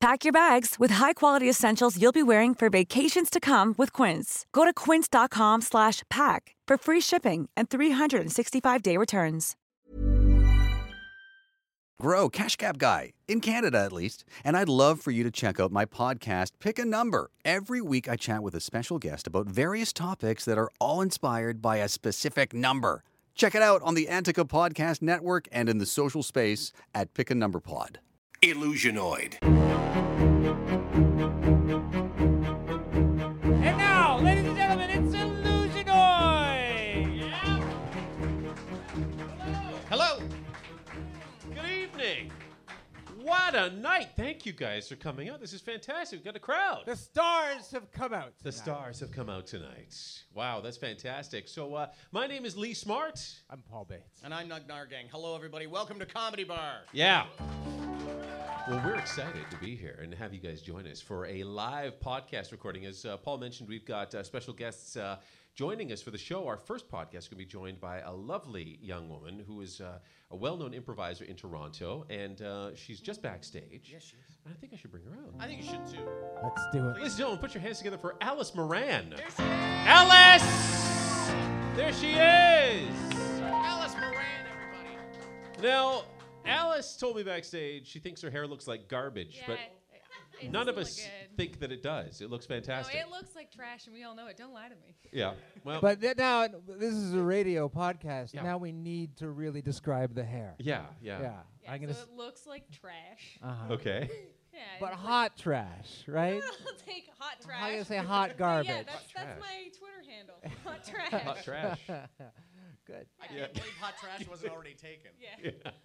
Pack your bags with high-quality essentials you'll be wearing for vacations to come with Quince. Go to quince.com/pack slash pack for free shipping and 365-day returns. Grow, Cash Cab Guy, in Canada at least. And I'd love for you to check out my podcast, Pick a Number. Every week I chat with a special guest about various topics that are all inspired by a specific number. Check it out on the Antica Podcast Network and in the social space at Pick a Number Pod. Illusionoid. And now, ladies and gentlemen, it's Illusionoid! Hello. Good evening! What a night! Thank you guys for coming out. This is fantastic. We've got a crowd. The stars have come out. the stars have come out tonight. Wow, that's fantastic. So, uh, my name is Lee Smart. I'm Paul Bates. And I'm Nug Nargang. Hello, everybody. Welcome to Comedy Bar. Yeah. Well, we're excited to be here and have you guys join us for a live podcast recording. As uh, Paul mentioned, we've got uh, special guests uh, joining us for the show. Our first podcast is going to be joined by a lovely young woman who is uh, a well known improviser in Toronto, and uh, she's just backstage. Yes, she is. I think I should bring her out. I think you should too. Let's do it. Ladies and gentlemen, put your hands together for Alice Moran. Alice! There she is! Alice Moran, everybody. Now, Alice told me backstage she thinks her hair looks like garbage, Yeah, but it- it none doesn't of look us good. think that it does. It looks No, fantastic. it looks like trash, and we all know it. Don't lie to me. yeah. Well, But th- now this is a radio podcast. Yeah. Now we need to really describe the hair. yeah, yeah. Yeah. Yeah, I'm gonna. so s- it looks like trash. uh-huh. Okay. Yeah, But it's hot trash, right? like- I'll take hot trash. I'm gonna say hot Yeah, garbage. that's, trash. that's my Twitter handle. Hot Hot trash. trash. Good. I Yeah. can't believe hot trash wasn't already taken. yeah.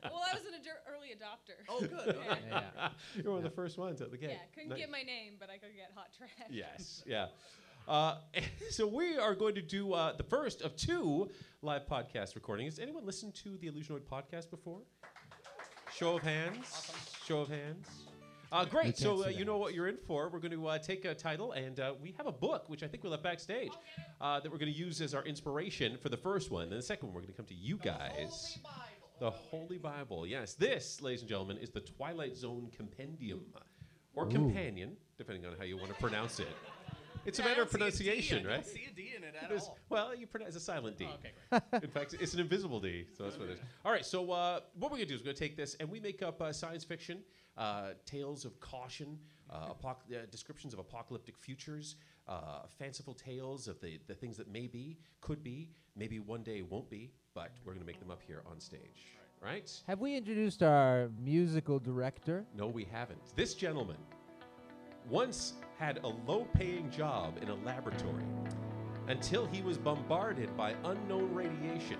Well, I was an ador- early adopter. Oh, good. Yeah. Yeah. You're one of the first ones out the gate. Yeah, couldn't Nice. get my name, but I could get hot trash. Yes, yeah. Uh, so we are going to do uh, the first of two live podcast recordings. Has anyone listened to the Illusionoid podcast before? Show of hands. Show of hands. Uh, great. So uh, you know what you're in for. We're going to uh, take a title, and uh, we have a book which I think we left backstage uh, that we're going to use as our inspiration for the first one. Then the second one, we're going to come to you guys. The Holy Bible. Yes, this, ladies and gentlemen, is the Twilight Zone Compendium, or companion, depending on how you want to pronounce it. It's a matter of pronunciation, I right? don't see a D in it at There's- all. Oh, well, you pronounce it's a silent D. Okay, great. In fact, it's an invisible D, so that's what it is. All right, so uh, what we're gonna do is we're gonna take this and we make up uh, science fiction, uh, tales of caution, uh, apoc- uh, descriptions of apocalyptic futures, uh, fanciful tales of the, the things that may be, could be, maybe one day won't be, but we're gonna make them up here on stage, right? Have we introduced our musical director? No, we haven't. This gentleman once had a low paying job in a laboratory until he was bombarded by unknown radiation,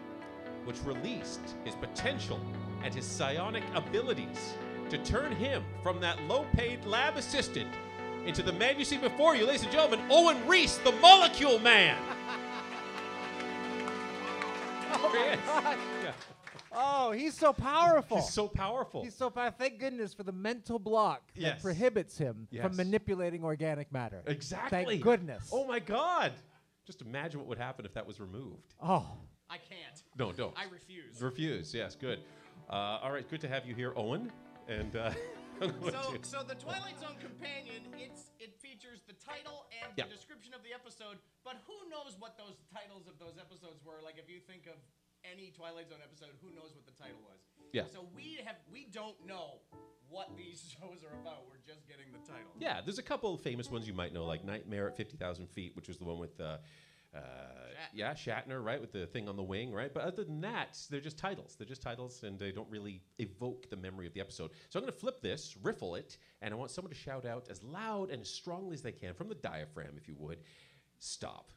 which released his potential and his psionic abilities to turn him from that low paid lab assistant into the man you see before you, ladies and gentlemen, Owen Reese, the molecule man. There he is. Yeah. Oh, he's so powerful. He's so powerful. He's so powerful. Thank goodness for the mental block that Yes. prohibits him Yes. from manipulating organic matter. Exactly. Thank goodness. Oh my God. Just imagine what would happen if that was removed. Oh, I can't. No, don't. I refuse. Refuse. Yes, good. Uh, all right, good to have you here, Owen. And uh, I'm going So, to- so the Twilight Zone companion, it's it features the title and Yeah. the description of the episode, but who knows what those titles of those episodes were? Like if you think of any Twilight Zone episode, who knows what the title was? Yeah. So we have we don't know what these shows are about. We're just getting the title. Yeah, there's a couple of famous ones you might know, like Nightmare at 50,000 Feet, which was the one with, uh, uh, yeah, Shatner, right, with the thing on the wing, right? But other than that, they're just titles. They're just titles, and they don't really evoke the memory of the episode. So I'm going to flip this, riffle it, and I want someone to shout out as loud and as strongly as they can from the diaphragm, if you would, stop.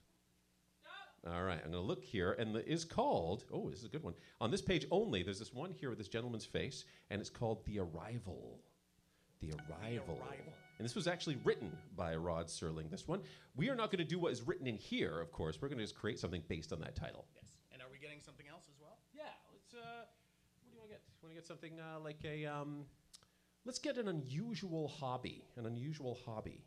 All right, I'm going to look here, and it is called. Oh, this is a good one. On this page only, there's this one here with this gentleman's face, and it's called "The Arrival." The Arrival. And this was actually written by Rod Serling. This one, we are not going to do what is written in here. Of course, we're going to just create something based on that title. Yes. And are we getting something else as well? Yeah, let's. Uh, what do you want to get? Want to get something uh, like a? Um, let's get an unusual hobby. An unusual hobby.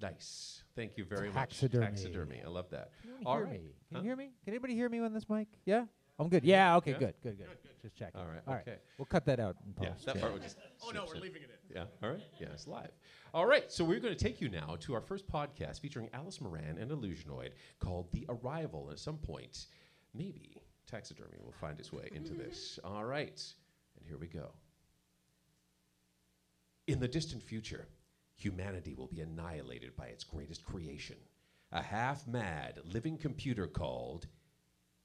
Nice. Thank you very Taxidermy. much. Taxidermy. I love that. Can All hear right. me? Can you hear me? Can anybody hear me on this mic? Yeah? I'm good. Yeah, okay, Yeah. good, good, good, Just checking. All right, okay. We'll cut that out. in Yeah, post, that yeah. part would just. Oh no, snips we're it. leaving it in. Yeah. All right. Yeah, it's live. All right. So we're going to take you now to our first podcast featuring Alice Moran and Illusionoid called The Arrival. And at some point, maybe taxidermy will find its way into this. All right. And here we go. In the distant future, humanity will be annihilated by its greatest creation a half mad living computer called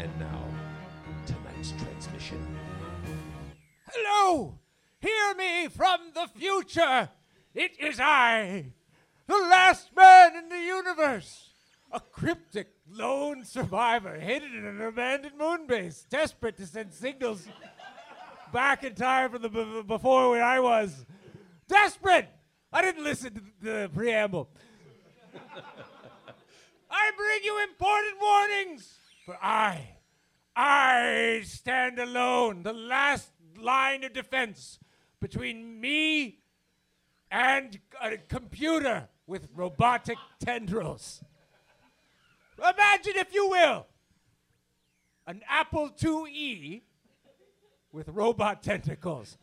And now, tonight's transmission. Hello! Hear me from the future! It is I, the last man in the universe, a cryptic lone survivor hidden in an abandoned moon base, desperate to send signals back in time from the b- b- before where I was. Desperate! I didn't listen to th- the preamble. I bring you important warnings, for I I stand alone, the last line of defense between me and a computer with robotic tendrils. Imagine, if you will, an Apple IIe with robot tentacles.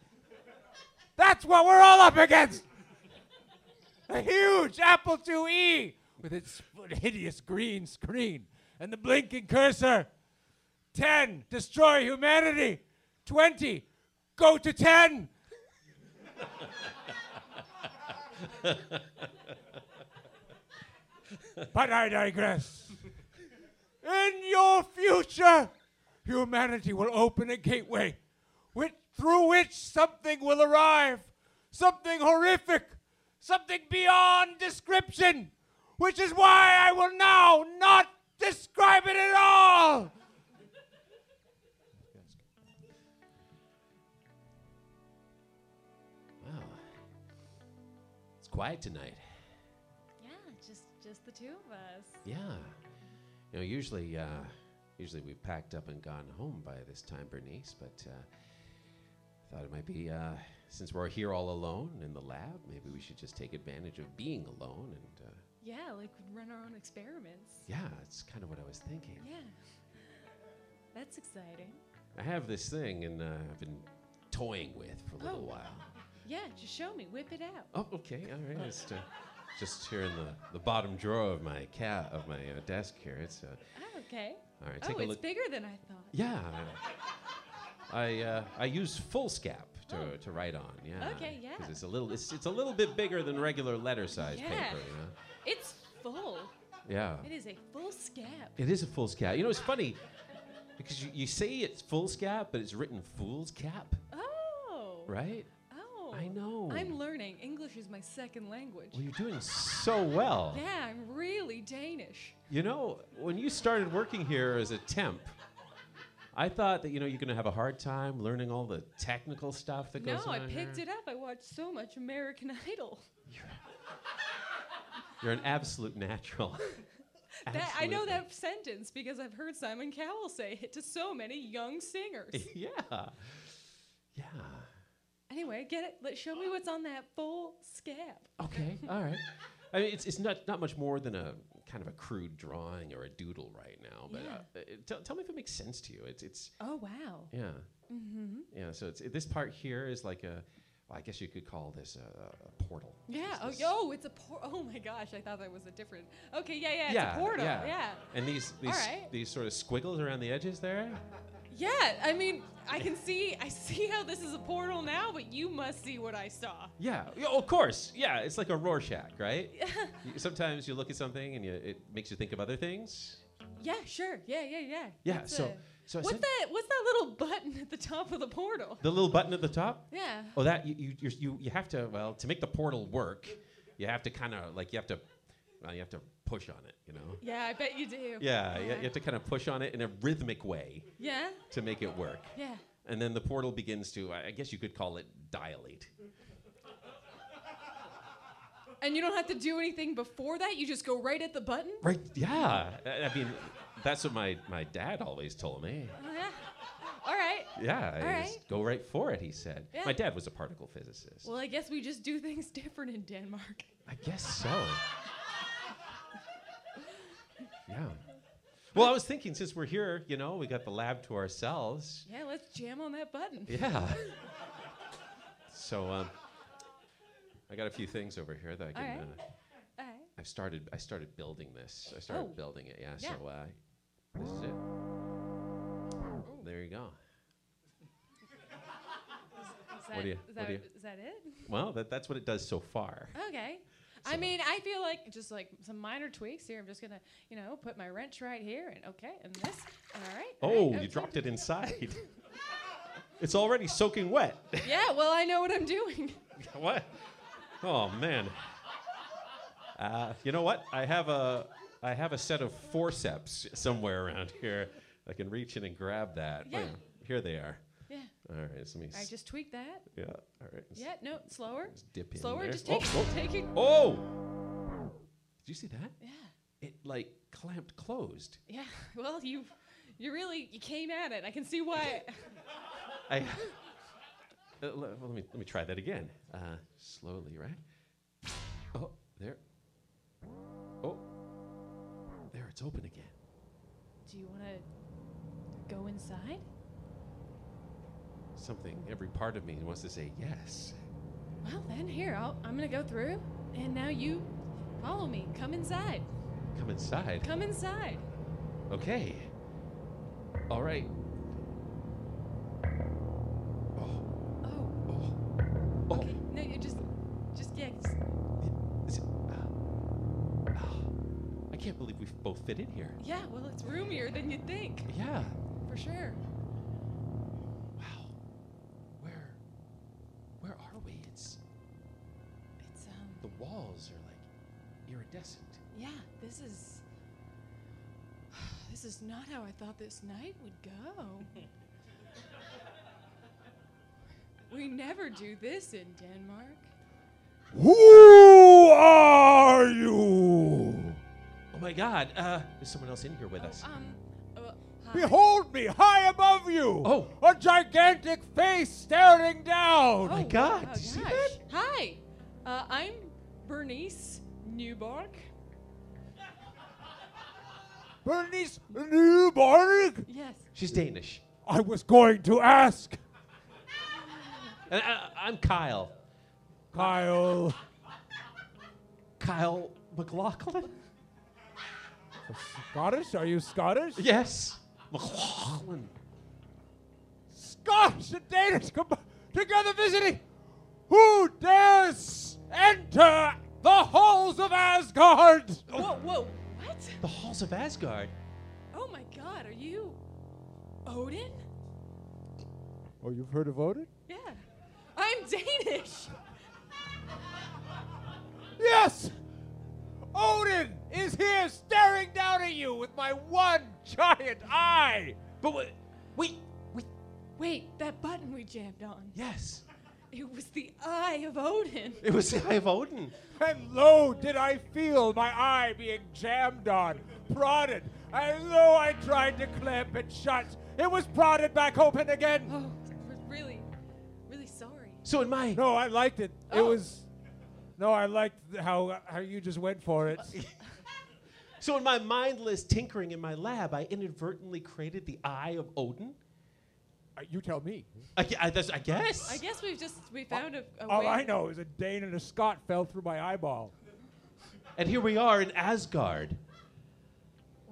That's what we're all up against. A huge Apple IIe with its hideous green screen and the blinking cursor. 10, destroy humanity. 20, go to 10. but I digress. In your future, humanity will open a gateway which, through which something will arrive, something horrific, something beyond description, which is why I will now not describe it at all. Wow. It's quiet tonight. Yeah, just just the two of us. Yeah. You know, usually, uh, usually we've packed up and gone home by this time, Bernice. But uh, I thought it might be uh, since we're here all alone in the lab, maybe we should just take advantage of being alone. And uh, Yeah, like we'd run our own experiments. yeah, it's kind of what I was thinking. Yeah. That's exciting. I have this thing, and uh, I've been toying with for a little Oh. while. Yeah, just show me. Whip it out. Oh, okay, all right. Just, uh, just here in the, the bottom drawer of my cat of my uh, desk here. It's uh, Oh, okay. all right. oh, Take a it's look. bigger than I thought. Yeah. I uh, I use full scap to, to write on. Yeah. Oh. Okay, yeah. 'Cause it's a little it's, it's a little bit bigger than regular letter size Yeah. paper. You It's full. know? Yeah. It is a full scab. It is a full scap. You know, it's funny because you, you say it's full scap, but it's written fool's cap, Oh. right? Oh. I know. I'm learning. English is my second language. Well, you're doing so well. Yeah, I'm really Danish. You know, when you started working here as a temp, I thought that you know you're gonna have a hard time learning all the technical stuff that No, goes on. I picked here. it up. I watched so much American Idol. You're an absolute natural. That, I know that sentence because I've heard Simon Cowell say it to so many young singers. yeah. Yeah. anyway, get it? Let, show me what's on that full scab. Okay. All right. I mean, it's, it's not, not much more than a kind of a crude drawing or a doodle right now, but Yeah. uh, uh, tell tell me if it makes sense to you. It's, it's Oh, wow. yeah. Mm-hmm. Yeah. So it's, this part here is like a, well, I guess you could call this a, a portal. Yeah. It's Oh, this- yo, it's a por Oh my gosh, I thought that was a different. Okay, yeah, yeah, it's yeah, a portal. Yeah. Yeah. yeah. And these these right. these sort of squiggles around the edges there. I mean, I can see. I see how this is a portal now, but you must see what I saw. Yeah. yeah, Of course. Yeah. It's like a Rorschach, right? You- Sometimes you look at something and you, it makes you think of other things. Yeah, sure. Yeah, yeah, yeah. Yeah, That's so- a- so I what's said- that? What's that little button at the top of the portal? The little button at the top. Yeah. Oh, that you you you're- you you have to well to make the portal work, you have to kind of like you have to, well, you have to push on it, you know. Yeah, I bet you do. Yeah. You, you have to kind of push on it in a rhythmic way Yeah. to make it work. Yeah. And then the portal begins to, I I guess you could call it dilate. And you don't have to do anything before that. You just go right at the button. Right? Yeah. I, I mean, that's what my, my dad always told me. Oh, Yeah. All right. Yeah, All just right. go right for it, he said. Yeah. My dad was a particle physicist. Well, I guess we just do things different in Denmark. I guess so. yeah. Well, I was thinking since we're here, you know, we got the lab to ourselves. Yeah, let's jam on that button. Yeah. so um, I got a few things over here that I can. right. Uh, All right. I've started. I started building this. I started Oh. building it. Yeah. Yeah. So uh, this is it. Oh. There you go. Is that, do you- is what that, do you- is that it? Well, that, that's what it does so far. Okay. I mean, I feel like just like some minor tweaks here. I'm just gonna, you know, put my wrench right here, and okay, and this, and all right. all Oh, right, you okay. dropped it inside. it's already soaking wet. Yeah. Well, I know what I'm doing. what? Oh man. Uh, you know what? I have a I have a set of forceps somewhere around here. I can reach in and grab that. Yeah. Wait, here they are. Yeah. All right, so let me. I s- just tweaked that. yeah. All right. s- Yeah. No, slower. Just dip in slower. there. Just Oh, take, oh. take it. Oh. Did you see that? Yeah. It like clamped closed. Yeah. Well, you, you really, you came at it. I can see why. I. Uh, le- well, let me let me try that again. Uh, slowly, right? Oh, there. Oh, there. It's open again. Do you want to go inside? Something. Every part of me wants to say yes. Well, then here, I'll, I'm gonna go through, and now you, follow me. Come inside. Come inside. Come inside. Okay. All right. Oh, Oh. oh, oh. Okay. No, you just, just yeah. Just, Is it- ah, ah. I can't believe we've both fit in here. yeah. Well, it's roomier than you'd think, Yeah. for sure. Wow. Where? Where are we? It's It's um. the walls are like iridescent. Yeah. This is. This is not how I thought this night would go. we never do this in Denmark. Who are you? Oh my God! Uh, there's someone else in here with us. Um. Uh, hi. Behold me high above you. Oh. A gigantic face staring down. Oh, my God, wow, did you see gosh. that? Hi. Uh, I'm Bernice Newbark. Bernice Newborg. Yes. She's Danish. I was going to ask. And I, Uh, I'm Kyle. Kyle. Kyle McLaughlin. Scottish? Are you Scottish? Yes. McLaughlin. Scottish and Danish com- together visiting. Who dares enter the halls of Asgard? Oh. Whoa, whoa. What? The halls of Asgard. Oh my god, are you Odin? Oh, you've heard of Odin? Yeah. I'm Danish. Yes! Odin is here staring down at you with my one giant eye! But wait, wait, wait. Wait, that button we jammed on. Yes. It was the eye of Odin. It was the Eye of Odin. And lo, did I feel my eye being jammed on, prodded. And lo, I tried to clamp it shut. It was prodded back open again. Oh, we're really, really sorry. So in my No, I liked it. It Oh. was. No, I liked how how you just went for it. so in my mindless tinkering in my lab, I inadvertently created the Eye of Odin. Uh, you tell me. I, gue- I, that's, I guess. I guess we've just we found a, a All way. Oh, I know is a Dane and a Scot fell through my eyeball. And here we are in Asgard.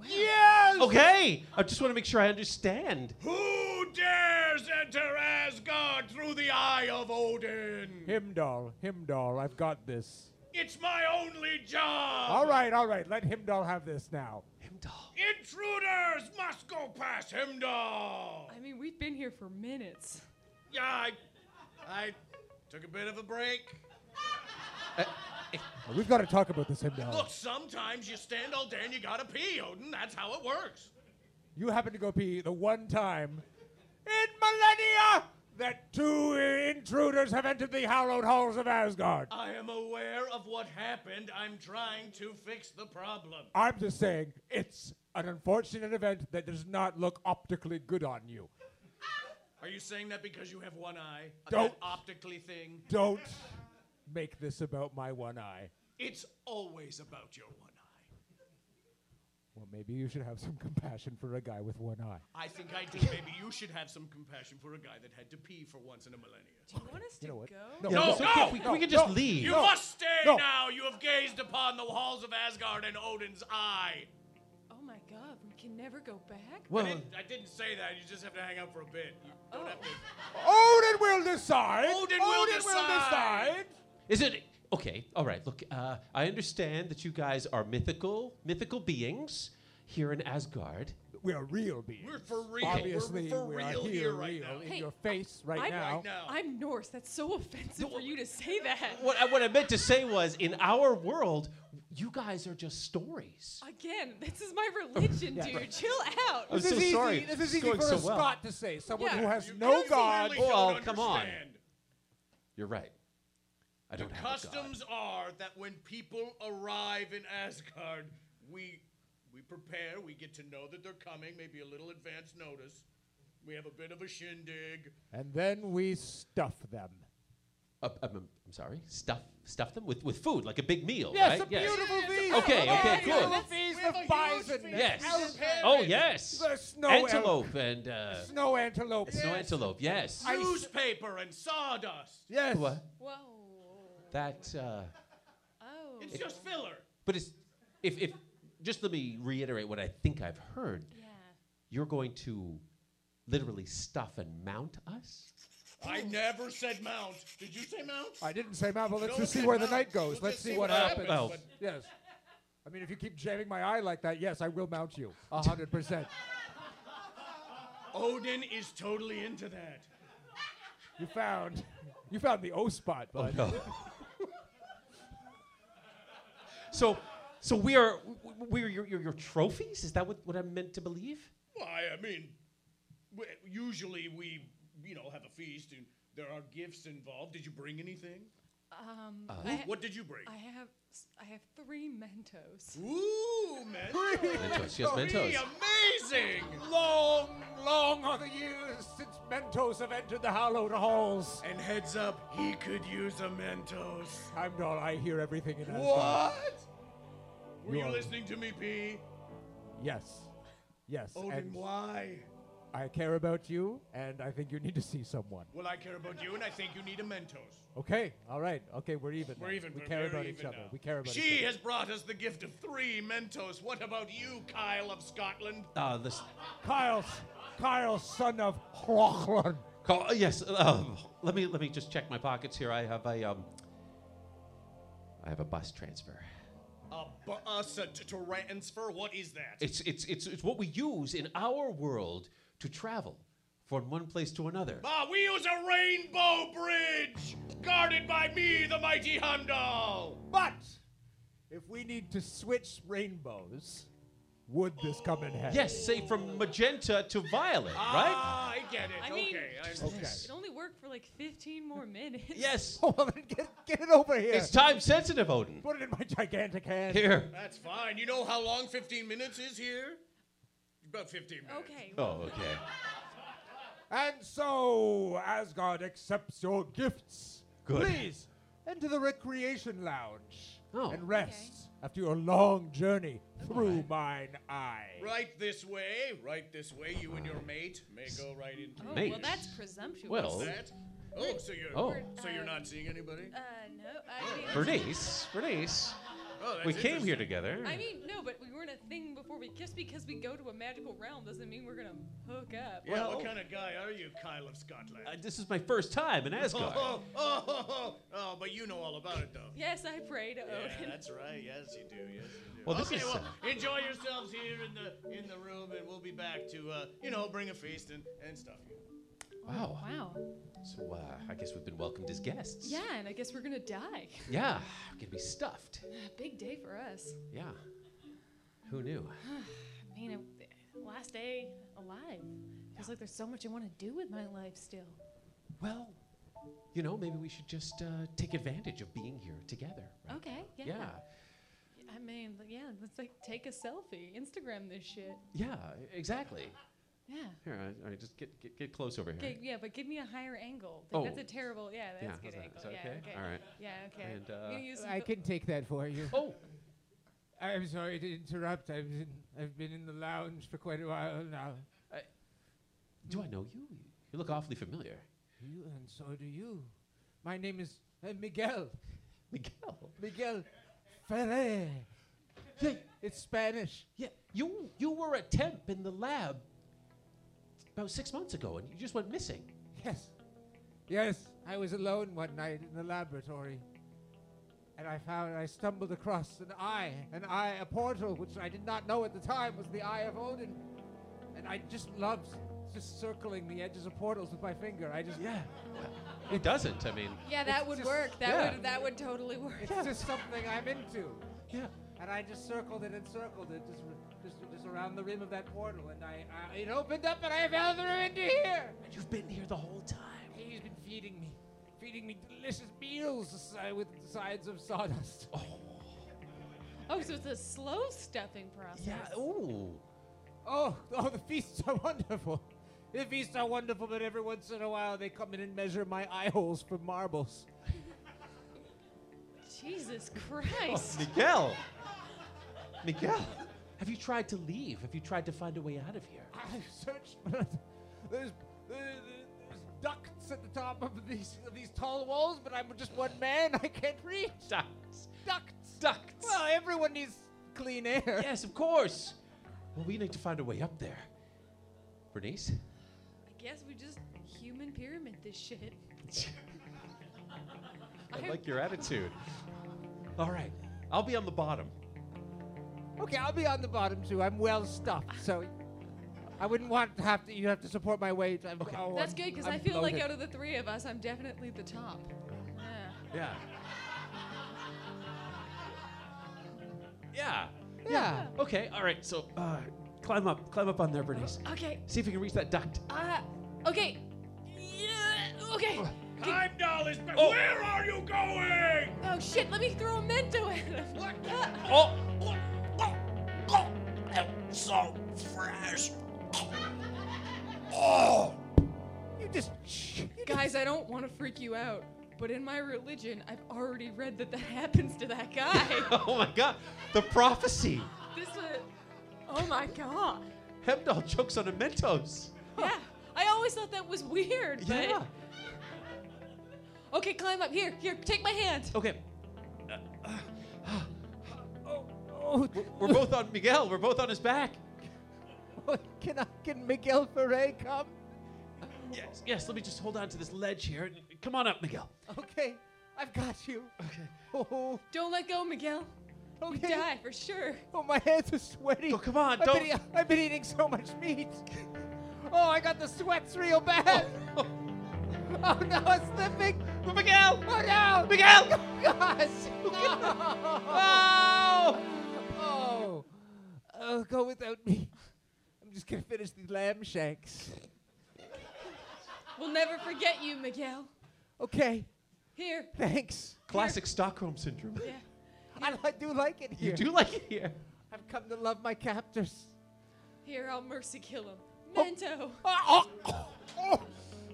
Yes. Okay, I just want to make sure I understand. Who dares enter Asgard through the eye of Odin? Himdall, Himdall, I've got this. It's my only job. All right, all right. Let Himdall have this now. Himdall. Intruders must go past Himdall. I mean, we've been here for minutes. Yeah, I, I took a bit of a break. We've got to talk about this Himdall. Look, sometimes you stand all day and you gotta pee, Odin. That's how it works. You happened to go pee the one time in millennia that two intruders have entered the hallowed halls of Asgard. I am aware of what happened. I'm trying to fix the problem. I'm just saying it's an unfortunate event that does not look optically good on you. Are you saying that because you have one eye? Uh, Don't- That optically thing? Don't make this about my one eye. It's always about your one eye. Well, maybe you should have some compassion for a guy with one eye. I think I do. Maybe you should have some compassion for a guy that had to pee for once in a millennia. Do you want us to You know what? go? Yeah, No, it's okay. no, we, no, we can just no. leave. You No. must stay No. now. You have gazed upon the walls of Asgard and Odin's eye. Oh my God, we can never go back. well, I, didn't, I didn't say that. You just have to hang out for a bit. You don't have to. Oh. Odin will decide. Odin will decide. decide. is it okay? All right. Look, uh, I understand that you guys are mythical, mythical beings here in Asgard. We are real beings. We're for real. Obviously, We're for we real are here, here right real now. in Hey, your face right I'm, now. now. I'm Norse. That's so offensive for you to say that. What I, what I meant to say was, in our world, you guys are just stories. Again, this is my religion, dude. Chill out. I'm This so is easy. sorry. This It's is easy going for so a well. Scot to say. Someone Yeah. who has You no clearly God. don't Well, come on. understand. You're right. I don't have a god. Customs are that when people arrive in Asgard, we we prepare, we get to know that they're coming, maybe a little advance notice. We have a bit of a shindig. And then we stuff them. Uh, I'm, I'm I'm sorry. Stuff stuff them with, with food, like a big meal, Yes, right? a beautiful feast. Okay, A okay, beautiful good. feast We have of a huge bison. feast. and Yes. elk, Oh yes. The snow elk. antelope and uh, Snow antelope. snow antelope. Yes. I- Newspaper and sawdust. Yes. What? Whoa. That. Uh, Oh. It's just filler. but it's if if just let me reiterate what I think I've heard. yeah. You're going to literally stuff and mount us. I never said mount. Did you say mount? I didn't say mouth, but let's No, just we see said where the mouth. night goes. We'll let's just see what happens. Well- but Yes. I mean, if you keep jamming my eye like that, yes, I will mount you. A hundred percent. Odin is totally into that. You found, you found the O spot, bud. Oh, So so we are we're your, your your trophies. Is that what, what I'm meant to believe? Why, I mean, we, usually we, you know, have a feast and there are gifts involved. Did you bring anything? Um. Uh, I, ha- What did you bring? I have. s- I have three Mentos. Ooh, man. Mentos. Yes, Mentos. amazing. Long, long are the years since Mentos have entered the hallowed halls. And heads up, he could use a Mentos. Heimdall, I hear everything in Asgard. Were you are- listening to me, P? Yes. Yes. Odin, and why? I care about you, and I think you need to see someone. Well, I care about you, and I think you need a Mentos. Okay. All right. Okay. We're even. We're now. even. We we're care very about each even other. now. We care about She each other. has brought us the gift of three Mentos. What about you, Kyle of Scotland? Uh, this. Kyle, Kyle, son of Hlochlin. Call, uh, yes. Um, let me let me just check my pockets here. I have a um. I have a bus transfer. A bu- us a t- transfer? What is that? It's it's it's it's what we use in our world to travel from one place to another. Ah, we use a rainbow bridge guarded by me, the mighty Heimdall. But if we need to switch rainbows, would this come in handy? Yes, say from magenta to violet, right? Ah, I get it. I okay. mean, I it only worked for like 15 more minutes. Yes. Oh, well, then get, get it over here. It's time sensitive, Odin. Put it in my gigantic hand. Here. That's fine. You know how long 15 minutes is here? About 15 minutes. Okay. Oh, okay. And so Asgard accepts your gifts. Good. Please enter the recreation lounge Oh. and rest after your long journey through right. mine eye. Right this way, right this way. You and your mate may go right into Oh, Mate. well, that's presumptuous. Well- that. Oh, so you're Oh. so you're not seeing anybody? Uh, no, I mean, Bernice, Bernice, Oh, that's we came here interesting. together. I mean, no, but we weren't a thing before we kissed. Because we go to a magical realm doesn't mean we're gonna hook up. Yeah, Well- what kind of guy are you, Kyle of Scotland? Uh, this is my first time in Asgard. oh, oh, oh, oh, oh, but you know all about it, though. Yes, I pray to Yeah, Odin. that's right. Yes, you do. Yes, you do. Well, this okay, is- uh, well, enjoy yourselves here in the in the room, and we'll be back to uh, you know bring a feast and and stuff. oh. Wow. Wow. So uh, I guess we've been welcomed as guests. Yeah, and I guess we're gonna die. Yeah. We're gonna be stuffed. Big day for us. Yeah. Who knew? I mean, it- last day alive. Feels like there's so much I want to do with my life still. Well, you know, maybe we should just uh, take advantage of being here together. right? Okay. Yeah. Yeah. I mean, like, yeah. Let's like take a selfie, Instagram this shit. Yeah. e-, Exactly. Yeah. Here, all right, all right, just get, get get close over here. Okay, yeah, but give me a higher angle. Oh. That's a terrible. Yeah, Yeah, that's a how's good that? angle. Is that yeah, okay? All right. Yeah, okay. And, I'm uh, gonna use some I fil- can take that for you. Oh, I'm sorry to interrupt. I've been, I've been in the lounge for quite a while now. do I know you? You look awfully familiar. You and so do you. My name is uh, Miguel. Miguel. Miguel Ferrer. Yeah, it's Spanish. Yeah, you you were a temp in the lab about six months ago, and you just went missing. Yes. Yes, I was alone one night in the laboratory. And I found I stumbled across an eye, an eye, a portal, which I did not know at the time was the Eye of Odin. And I just loved just circling the edges of portals with my finger. I just, yeah. Who doesn't? I mean, Yeah, that would just- work. That yeah. would that would totally work. It's just something I'm into. yeah. And I just circled it and circled it, just, just, just around the rim of that portal. And I, I it opened up and I fell through into here. And you've been here the whole time. He's been feeding me, feeding me delicious meals uh, with sides of sawdust. Oh, Oh, so it's a slow stuffing process. Yeah. Ooh. oh, the feasts are wonderful. The feasts are wonderful, but every once in a while they come in and measure my eye holes for marbles. Jesus Oh, Christ. Miguel. Miguel. Have you tried to leave? Have you tried to find a way out of here? I've searched, but there's, there's ducts at the top of these of these tall walls, but I'm just one man. I can't reach Ducts. ducts. Ducts. Well, everyone needs clean air. yes, of course. Well, we need to find a way up there. Bernice. I guess we just human pyramid this shit. I- your attitude. All right. I'll be on the bottom. Okay, I'll be on the bottom too. I'm well stuffed, so I wouldn't want to have to. You have to support my weight. Oh, I'm, okay. That's good because I feel like out of the three of us, I'm definitely the top. Yeah. Yeah. Yeah. yeah. Okay. All right. So, uh, climb up. Climb up on there, Bernice. Okay. See if you can reach that duct. Uh. Okay. Yeah. Okay. Oh. Five dollars. But Oh. Where are you going? Oh shit! Let me throw a mento at him. Ah. Oh. So fresh. You just shh. You just- Guys, I don't want to freak you out, but in my religion, I've already read that that happens to that guy. Oh my God. The prophecy. this was, oh my god. Hemdall chokes on a Mentos. Yeah, I always thought that was weird. But Yeah. Okay, climb up here. Here, take my hand. Okay. oh, We're both on Miguel. We're both on his back. oh, can I, can Miguel Ferre come? Yes. Yes. Let me just hold on to this ledge here. Come on up, Miguel. Okay, I've got you. Okay. Oh, Don't let go, Miguel. You okay. die for sure. Oh, my hands are sweaty. Oh, come on, I've don't- Been, e- I've been eating so much meat. Oh, I got the sweats real bad. Oh, Oh, no, it's slipping. Miguel. Oh no, Miguel. Oh, Gosh, no. Oh. Oh. Oh. They'll go without me. I'm just gonna finish these lamb shanks. We'll never forget you, Miguel. Okay, Here. thanks. Classic Stockholm syndrome. Yeah. I, I do like it here. You do like it here. I've come to love my captors. Here, I'll mercy kill him. Mento. Oh, oh, oh,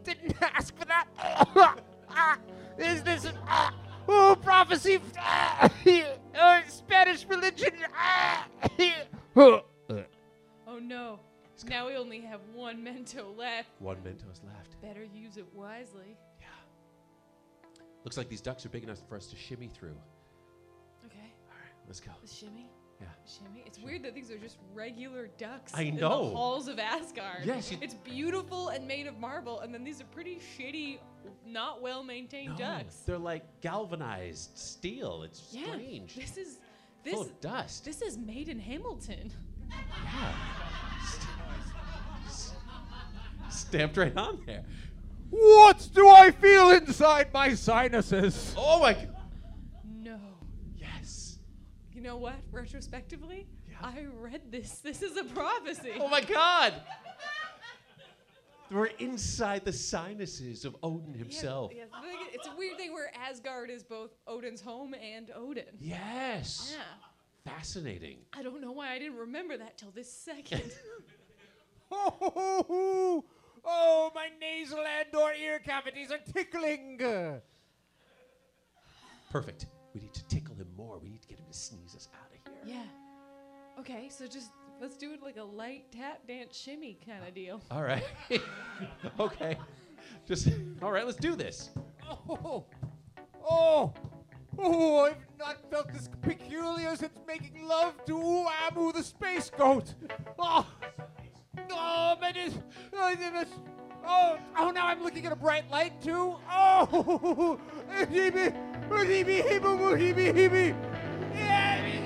didn't ask for that. Ah, is this an ah, oh, prophecy? Ah, uh, Spanish religion. Ah, oh. Oh no. Now we only have one Mento left. One Mentos left. Better use it wisely. Looks like these ducks are big enough for us to shimmy through. Okay. All right, let's go. The shimmy. Yeah. The shimmy. It's weird that these are just regular ducks. I in know. the halls of Asgard. Yes, you- It's beautiful and made of marble, and then these are pretty shitty, not well maintained No, ducks. They're like galvanized steel. It's yeah. strange. This is Full this of dust. this is made in Hamilton. Yeah. Stamped right on there. What do I feel inside my sinuses? Oh my god. No. Yes. You know what? Retrospectively, I read this. This is a prophecy. Oh my god. We're inside the sinuses of Odin Yeah, himself. yeah, the thing is- it's a weird thing where Asgard is both Odin's home and Odin. Yes. Yeah. Fascinating. I don't know why I didn't remember that till this second. Oh, ho, ho, ho. Oh, my nasal and or ear cavities are tickling. Perfect. We need to tickle him more. We need to get him to sneeze us out of here. yeah. Okay, so just let's do it like a light tap dance shimmy kind of deal. All right. okay. Just all right. Let's do this. Oh, oh, oh, I've not felt this peculiar since making love to Uamu the space goat. Oh, oh, my dis- oh, my dis- oh, oh, now I'm looking at a bright light too. Oh, Ujibi, Ujibi, Hibu, Ujibi, Hibi. Yeah, yeah, yeah, yeah.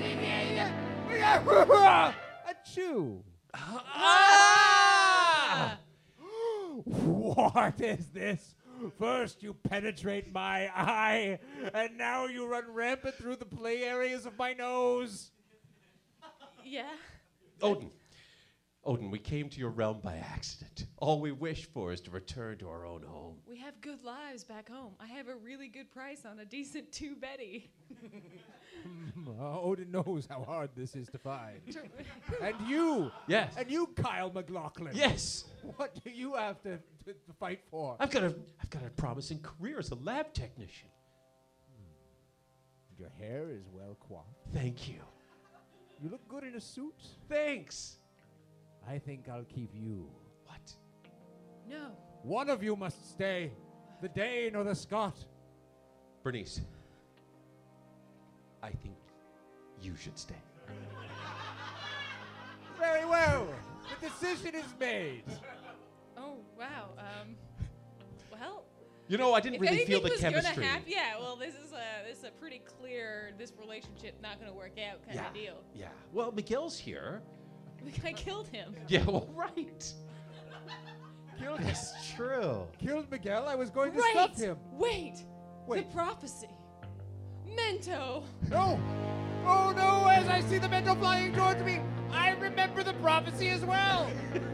Achoo. What is this? First you penetrate my eye, and now you run rampant through the play areas of my nose. Yeah. Odin. Odin, we came to your realm by accident. All we wish for is to return to our own home. We have good lives back home. I have a really good price on a decent two Betty. Uh, Odin knows how hard this is to find. and you, Yes. and you, Kyle McLaughlin. Yes. What do you have to, to, to fight for? I've got a I've got a promising career as a lab technician. Your hair is well coiffed. Thank you. You look good in a suit. Thanks. I think I'll keep you. What? No. One of you must stay, the Dane or the Scot. Bernice. I think you should stay. Very well. The decision is made. Oh wow. Um. Well, You know, I didn't if really anything feel the was chemistry. gonna happen, yeah. Well, this is a this is a pretty clear this relationship not gonna work out kind yeah. of deal. Yeah. Well, Miguel's here. I killed him. Yeah, well, right. That's true. Killed Miguel. I was going to Right. stop him. Wait. Wait. The prophecy. Mento. No. Oh no, as I see the mental flying towards me, I remember the prophecy as well,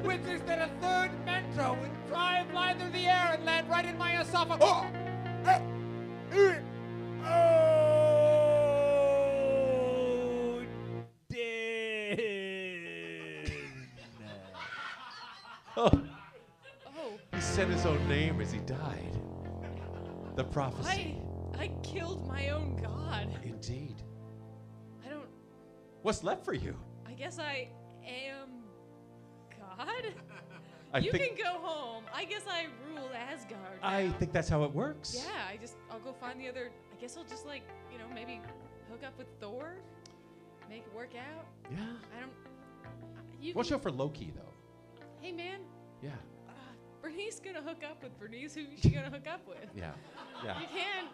which is that a third mento would try and fly through the air and land right in my esophagus. Oh! Eh! Eh! Oh, dead. Oh, Oh, he said his own name as he died. The prophecy. I I killed my own god. Indeed. I don't. What's left for you? I guess I am God. I you think can go home. I guess I rule Asgard. I now. think that's how it works. Yeah, I just I'll go find the other. I guess I'll just like you know maybe hook up with Thor, make it work out. Yeah. I don't. You Watch can, out for Loki, though. hey man, Yeah. uh, Bernice gonna hook up with Bernice. Who is she gonna hook up with? Yeah. Yeah. You can't.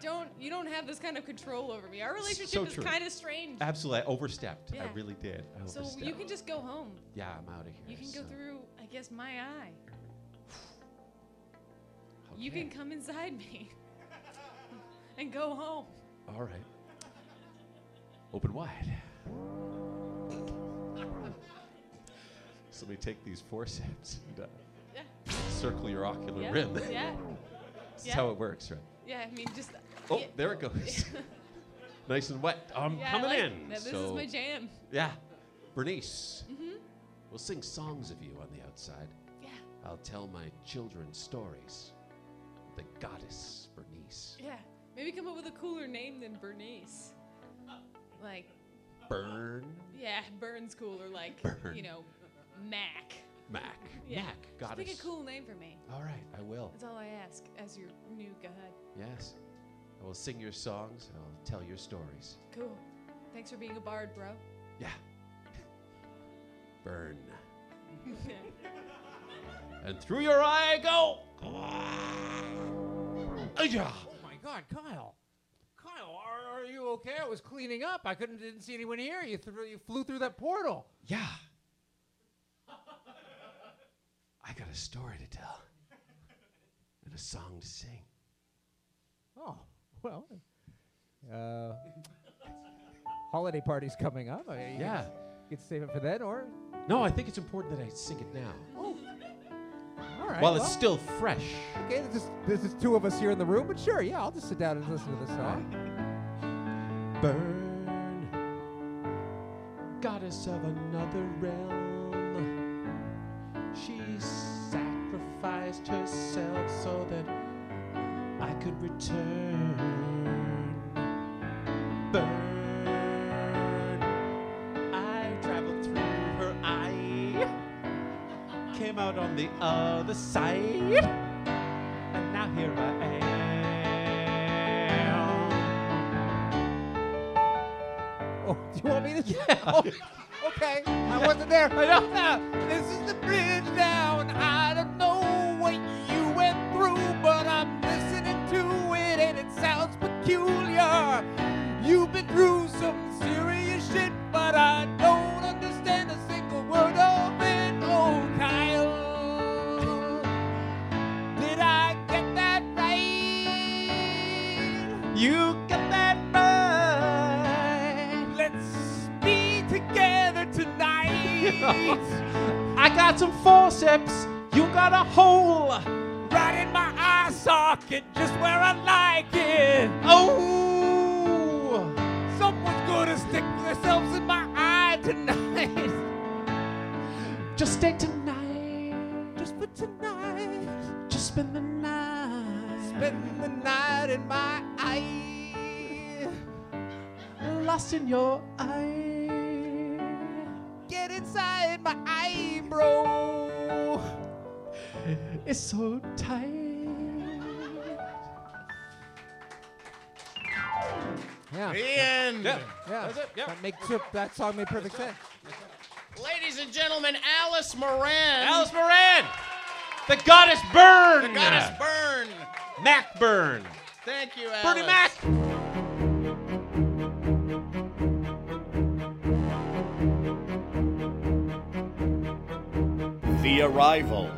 Don't you don't have this kind of control over me. Our relationship so is true. kind of strange. Absolutely. I overstepped. I Yeah. really did. I so overstepped. you can just go home. Yeah, I'm out of here. You can go so- through, I guess, my eye. You Okay. can come inside me and go home. All right. Open wide. I'm So let me take these forceps and uh, Yeah. circle your ocular Yeah. rim. Yeah. This yeah. is how it works, right? Yeah. I mean, just. Oh, yeah, there it goes. nice and wet. I'm yeah, I coming like- in. now This so is my jam. yeah, Bernice. Mm-hmm. We'll sing songs of you on the outside. Yeah. I'll tell my children stories. The goddess Bernice. Yeah. Maybe come up with a cooler name than Bernice. Like, Burn yeah, Burns cool or like, Burn. you know, Mac. Mac. Yeah. Mac. Just Goddess. pick a cool name for me. All right, I will. That's all I ask as your new god. Yes. I will sing your songs and I'll tell your stories. Cool. Thanks for being a bard, bro. Yeah. Burn. and through your eye I go. Ayah. Oh my God, Kyle. Kyle, are, are you okay? I was cleaning up. I couldn't didn't see anyone here. You, threw you flew through that portal. Yeah. I got a story to tell and a song to sing. Oh, well. Uh, holiday party's coming up. I mean, you Yeah. Could, you could save it for then, or No, I think it's important that I sing it now all right. while it's still fresh. okay, there's just, there's just two of us here in the room, but sure, yeah, I'll just sit down and listen to this song. Burn, goddess of another realm. She sacrificed herself so that I could return. Burn, I traveled through her eye, came out on the other side, and now here I am. Oh, do you want me to? Yeah. Oh, okay, I wasn't there. I know. This is the bridge down. I don't know what you went through, but I'm listening to it and it sounds peculiar. You've been through some serious shit, but I don't understand a single word of it. Oh, Kyle, did I get that right? You got that right. Let's be together tonight. I got some forceps. You got a hole. right in my eye socket, just where I like it. Oh. Someone's gonna stick themselves in my eye tonight. Just stay tonight. just for tonight. Just spend the night. Spend the night in my eye. lost in your eye. Get inside my eye, bro. It's so tight. Yeah. The end. Yeah. That's it. Yeah. That, makes, that song made perfect sense. Ladies and gentlemen, Alice Moran. Alice Moran. The goddess Burn. The goddess Burn. Mac Burn. Thank you, Alice. Bernie Mac. The Arrival,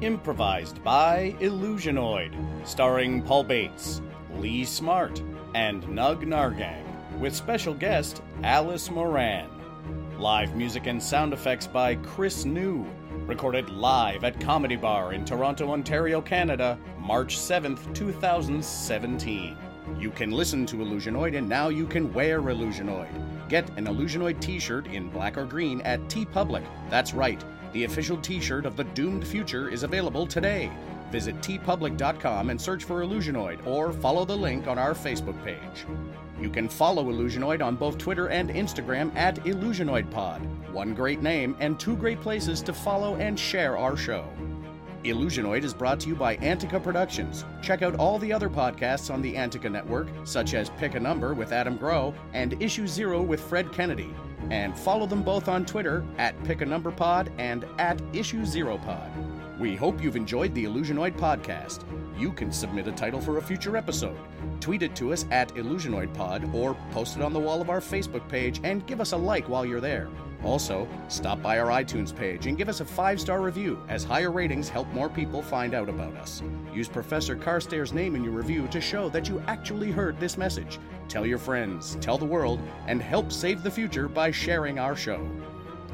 improvised by Illusionoid, starring Paul Bates, Lee Smart, and Nug Nargang, with special guest Alice Moran. Live music and sound effects by Chris New, recorded live at Comedy Bar in Toronto, Ontario, Canada, March 7th, 2017. You can listen to Illusionoid and now you can wear Illusionoid. Get an Illusionoid t shirt in black or green at T Public. That's right, the official t shirt of the doomed future is available today. Visit tpublic.com and search for Illusionoid or follow the link on our Facebook page. You can follow Illusionoid on both Twitter and Instagram at IllusionoidPod. One great name and two great places to follow and share our show. Illusionoid is brought to you by Antica Productions. Check out all the other podcasts on the Antica Network, such as Pick a Number with Adam Grow and Issue Zero with Fred Kennedy. And follow them both on Twitter at Pick a Number Pod and at Issue Zero Pod. We hope you've enjoyed the Illusionoid podcast. You can submit a title for a future episode. Tweet it to us at IllusionoidPod or post it on the wall of our Facebook page and give us a like while you're there. Also, stop by our iTunes page and give us a five star review, as higher ratings help more people find out about us. Use Professor Carstairs' name in your review to show that you actually heard this message. Tell your friends, tell the world, and help save the future by sharing our show.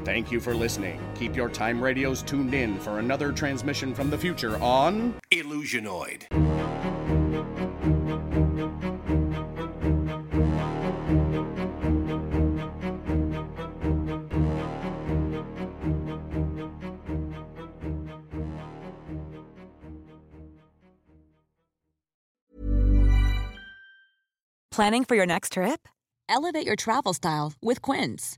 Thank you for listening. Keep your time radios tuned in for another transmission from the future on. Illusionoid. Planning for your next trip? Elevate your travel style with Quince.